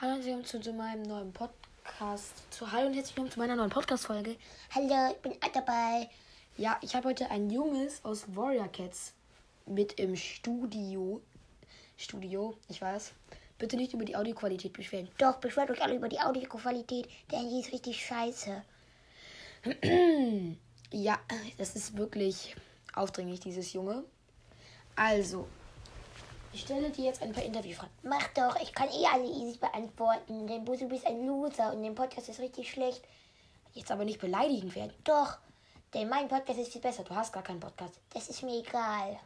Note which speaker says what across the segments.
Speaker 1: Hallo und herzlich willkommen zu, zu meinem neuen Podcast. Zu Hallo und herzlich willkommen zu meiner neuen Podcast-Folge.
Speaker 2: Hallo, ich bin auch dabei.
Speaker 1: Ja, ich habe heute ein Junges aus Warrior Cats mit im Studio. Studio, ich weiß. Bitte nicht über die Audioqualität beschweren.
Speaker 2: Doch, beschwert euch alle über die Audioqualität, denn die ist richtig scheiße.
Speaker 1: Ja, das ist wirklich aufdringlich, dieses Junge. Also, ich stelle dir jetzt ein paar Interviewfragen.
Speaker 2: Mach doch, ich kann eh alle easy beantworten, denn Busu bist ein Loser und dein Podcast ist richtig schlecht.
Speaker 1: Jetzt aber nicht beleidigend werden.
Speaker 2: Doch, denn mein Podcast ist viel
Speaker 1: Ist besser,
Speaker 2: besser.
Speaker 1: du hast gar keinen Podcast.
Speaker 2: Das ist mir egal.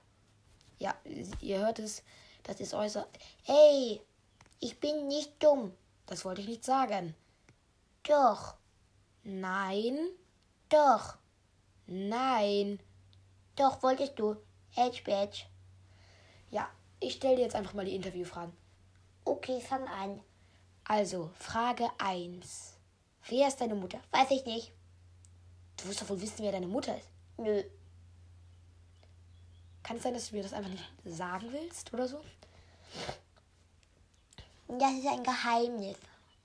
Speaker 1: Ja, ihr hört es, das ist äußerst.
Speaker 2: Hey, ich bin nicht dumm.
Speaker 1: Das wollte ich nicht sagen.
Speaker 2: Doch,
Speaker 1: Nein,
Speaker 2: doch,
Speaker 1: nein.
Speaker 2: doch wolltest du. Edge Badge.
Speaker 1: Ja, ich stelle dir jetzt einfach mal die Interviewfragen.
Speaker 2: Okay, fang an.
Speaker 1: Also, Frage 1. Wer ist deine Mutter?
Speaker 2: Weiß ich nicht.
Speaker 1: Du wirst doch wohl wissen, wer deine Mutter ist.
Speaker 2: Nö.
Speaker 1: Kann es sein, dass du mir das einfach nicht sagen willst oder so?
Speaker 2: Das ist ein Geheimnis.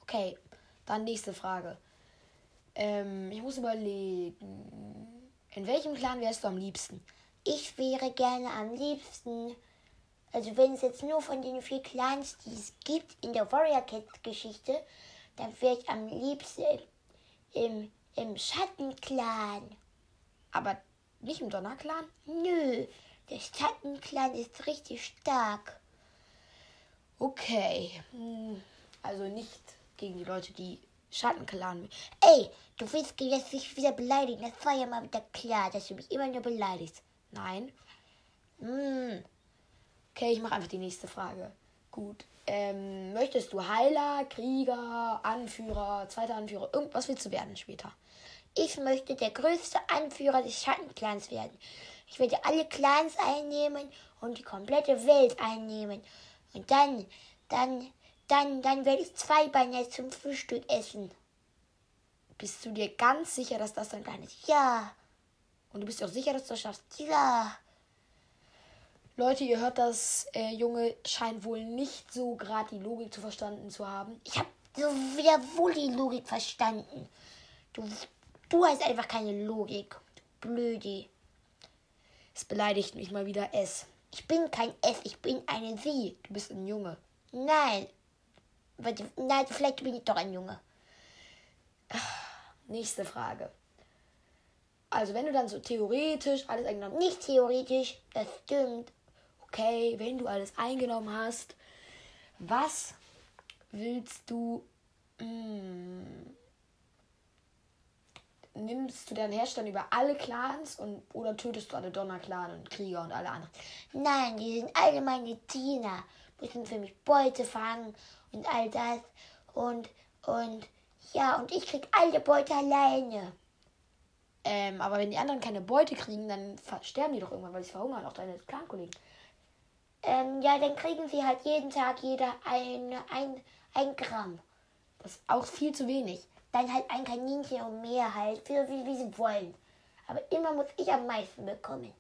Speaker 1: Okay, dann nächste Frage. Ähm, ich muss überlegen. In welchem Clan wärst du am liebsten?
Speaker 2: Ich wäre gerne am liebsten, also wenn es jetzt nur von den vier Clans, die es gibt in der Warrior Cats Geschichte, dann wäre ich am liebsten im, im Schattenclan.
Speaker 1: Aber nicht im Donnerclan?
Speaker 2: Nö, der Schattenclan ist richtig stark.
Speaker 1: Okay. hm, Also nicht gegen die Leute, die Schattenclan.
Speaker 2: Ey, du willst jetzt mich wieder beleidigen. Das war ja mal wieder klar, dass du mich immer nur beleidigst.
Speaker 1: Nein.
Speaker 2: Hm,
Speaker 1: Okay, ich mache einfach die nächste Frage. Gut. Ähm, möchtest du Heiler, Krieger, Anführer, zweiter Anführer, irgendwas willst du werden später?
Speaker 2: ich möchte der größte Anführer des Schattenclans werden. Ich werde alle Clans einnehmen und die komplette Welt einnehmen. Und dann, dann, dann, dann werde ich zwei Beine zum Frühstück essen.
Speaker 1: Bist du dir ganz sicher, dass das dein Plan ist?
Speaker 2: Ja,
Speaker 1: Und du bist dir auch sicher, dass du das schaffst?
Speaker 2: ja.
Speaker 1: Leute, ihr hört das, äh, Junge scheint wohl nicht so gerade die Logik zu verstanden zu haben.
Speaker 2: Ich habe so wieder wohl die Logik verstanden. Du, du hast einfach keine Logik. Du Blödi.
Speaker 1: Es beleidigt mich mal wieder S.
Speaker 2: Ich bin kein S, ich bin eine Sie.
Speaker 1: Du bist ein Junge.
Speaker 2: Nein. Warte, Nein, vielleicht bin ich doch ein Junge.
Speaker 1: Nächste Frage. Also, wenn du dann so theoretisch alles eingenommen
Speaker 2: Nicht theoretisch, das stimmt.
Speaker 1: okay, wenn du alles eingenommen hast, was willst du. mm, nimmst du deinen Herrscher über alle Clans und oder tötest du alle Donnerclan und Krieger und alle anderen?
Speaker 2: Nein, die sind alle meine Diener. Müssen für mich Beute fangen und all das. Und, und, ja, und ich krieg alle Beute alleine.
Speaker 1: Ähm, aber wenn die anderen keine Beute kriegen, dann ver- sterben die doch irgendwann, weil sie verhungern, auch deine Clankollegen.
Speaker 2: Ähm, ja, dann kriegen sie halt jeden Tag jeder ein, ein, ein Gramm.
Speaker 1: Das ist auch viel zu wenig.
Speaker 2: Dann halt ein Kaninchen und mehr halt, so wie, wie sie wollen. Aber immer muss ich am meisten bekommen.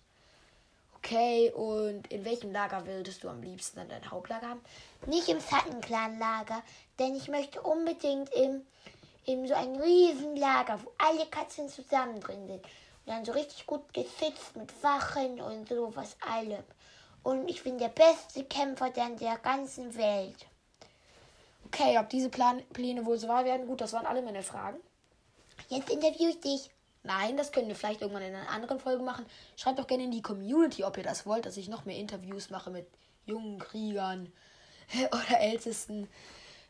Speaker 1: Okay, und in welchem Lager würdest du am liebsten dann dein Hauptlager haben?
Speaker 2: Nicht im Schattenclan-Lager, denn ich möchte unbedingt im, im so ein Riesenlager, wo alle Katzen zusammen drin sind. Und dann so richtig gut geschützt mit Wachen und sowas allem. Und ich bin der beste Kämpfer dann der ganzen Welt.
Speaker 1: Okay, ob diese Plan Pläne wohl so wahr werden? Gut, das waren alle meine Fragen.
Speaker 2: Jetzt interview ich dich.
Speaker 1: Nein, das können wir vielleicht irgendwann in einer anderen Folge machen. Schreibt doch gerne in die Community, ob ihr das wollt, dass ich noch mehr Interviews mache mit jungen Kriegern oder Ältesten.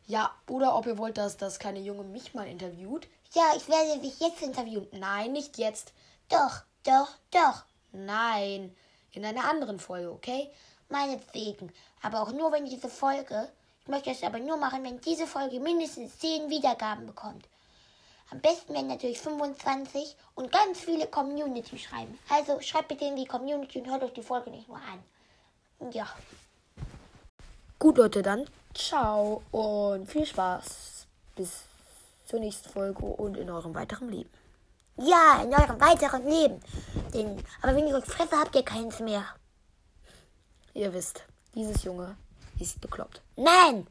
Speaker 1: Ja, oder ob ihr wollt, dass das kleine Junge mich mal interviewt.
Speaker 2: Ja, ich werde dich jetzt interviewen.
Speaker 1: Nein, nicht jetzt.
Speaker 2: Doch, doch, doch.
Speaker 1: Nein, in einer anderen Folge, okay?
Speaker 2: Meinetwegen. Aber auch nur, wenn diese Folge, ich möchte es aber nur machen, wenn diese Folge mindestens 10 Wiedergaben bekommt. Am besten werden natürlich 25 und ganz viele Community schreiben. Also schreibt bitte in die Community und hört euch die Folge nicht nur an. Ja.
Speaker 1: Gut, Leute, dann ciao und viel Spaß bis zur nächsten Folge und in eurem weiteren Leben.
Speaker 2: Ja, in eurem weiteren Leben. Denn, aber wenn ihr euch Fresse habt, ihr keins mehr.
Speaker 1: Ihr wisst, dieses Junge ist bekloppt.
Speaker 2: Nein!